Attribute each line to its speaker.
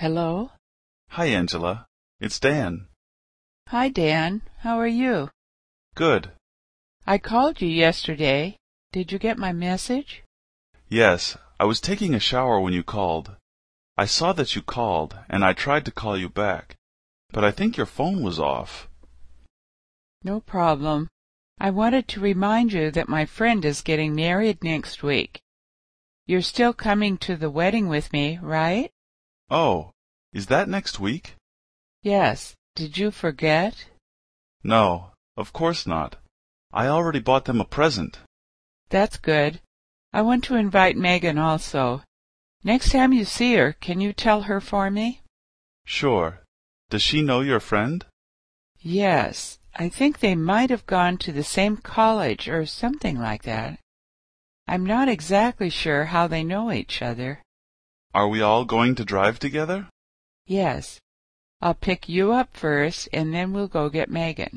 Speaker 1: Hello?
Speaker 2: Hi, Angela. It's Dan.
Speaker 1: Hi, Dan. How are you?
Speaker 2: Good.
Speaker 1: I called you yesterday. Did you get my message?
Speaker 2: Yes, I was taking a shower when you called. I saw that you called, and I tried to call you back, but I think your phone was off.
Speaker 1: No problem. I wanted to remind you that my friend is getting married next week. You're still coming to the wedding with me, right?
Speaker 2: Oh, is that next week?
Speaker 1: Yes. Did you forget?
Speaker 2: No, of course not. I already bought them a present.
Speaker 1: That's good. I want to invite Megan also. Next time you see her, can you tell her for me?
Speaker 2: Sure. Does she know your friend?
Speaker 1: Yes. I think they might have gone to the same college or something like that. I'm not exactly sure how they know each other.
Speaker 2: Are we all going to drive together?
Speaker 1: Yes. I'll pick you up first and then we'll go get Megan.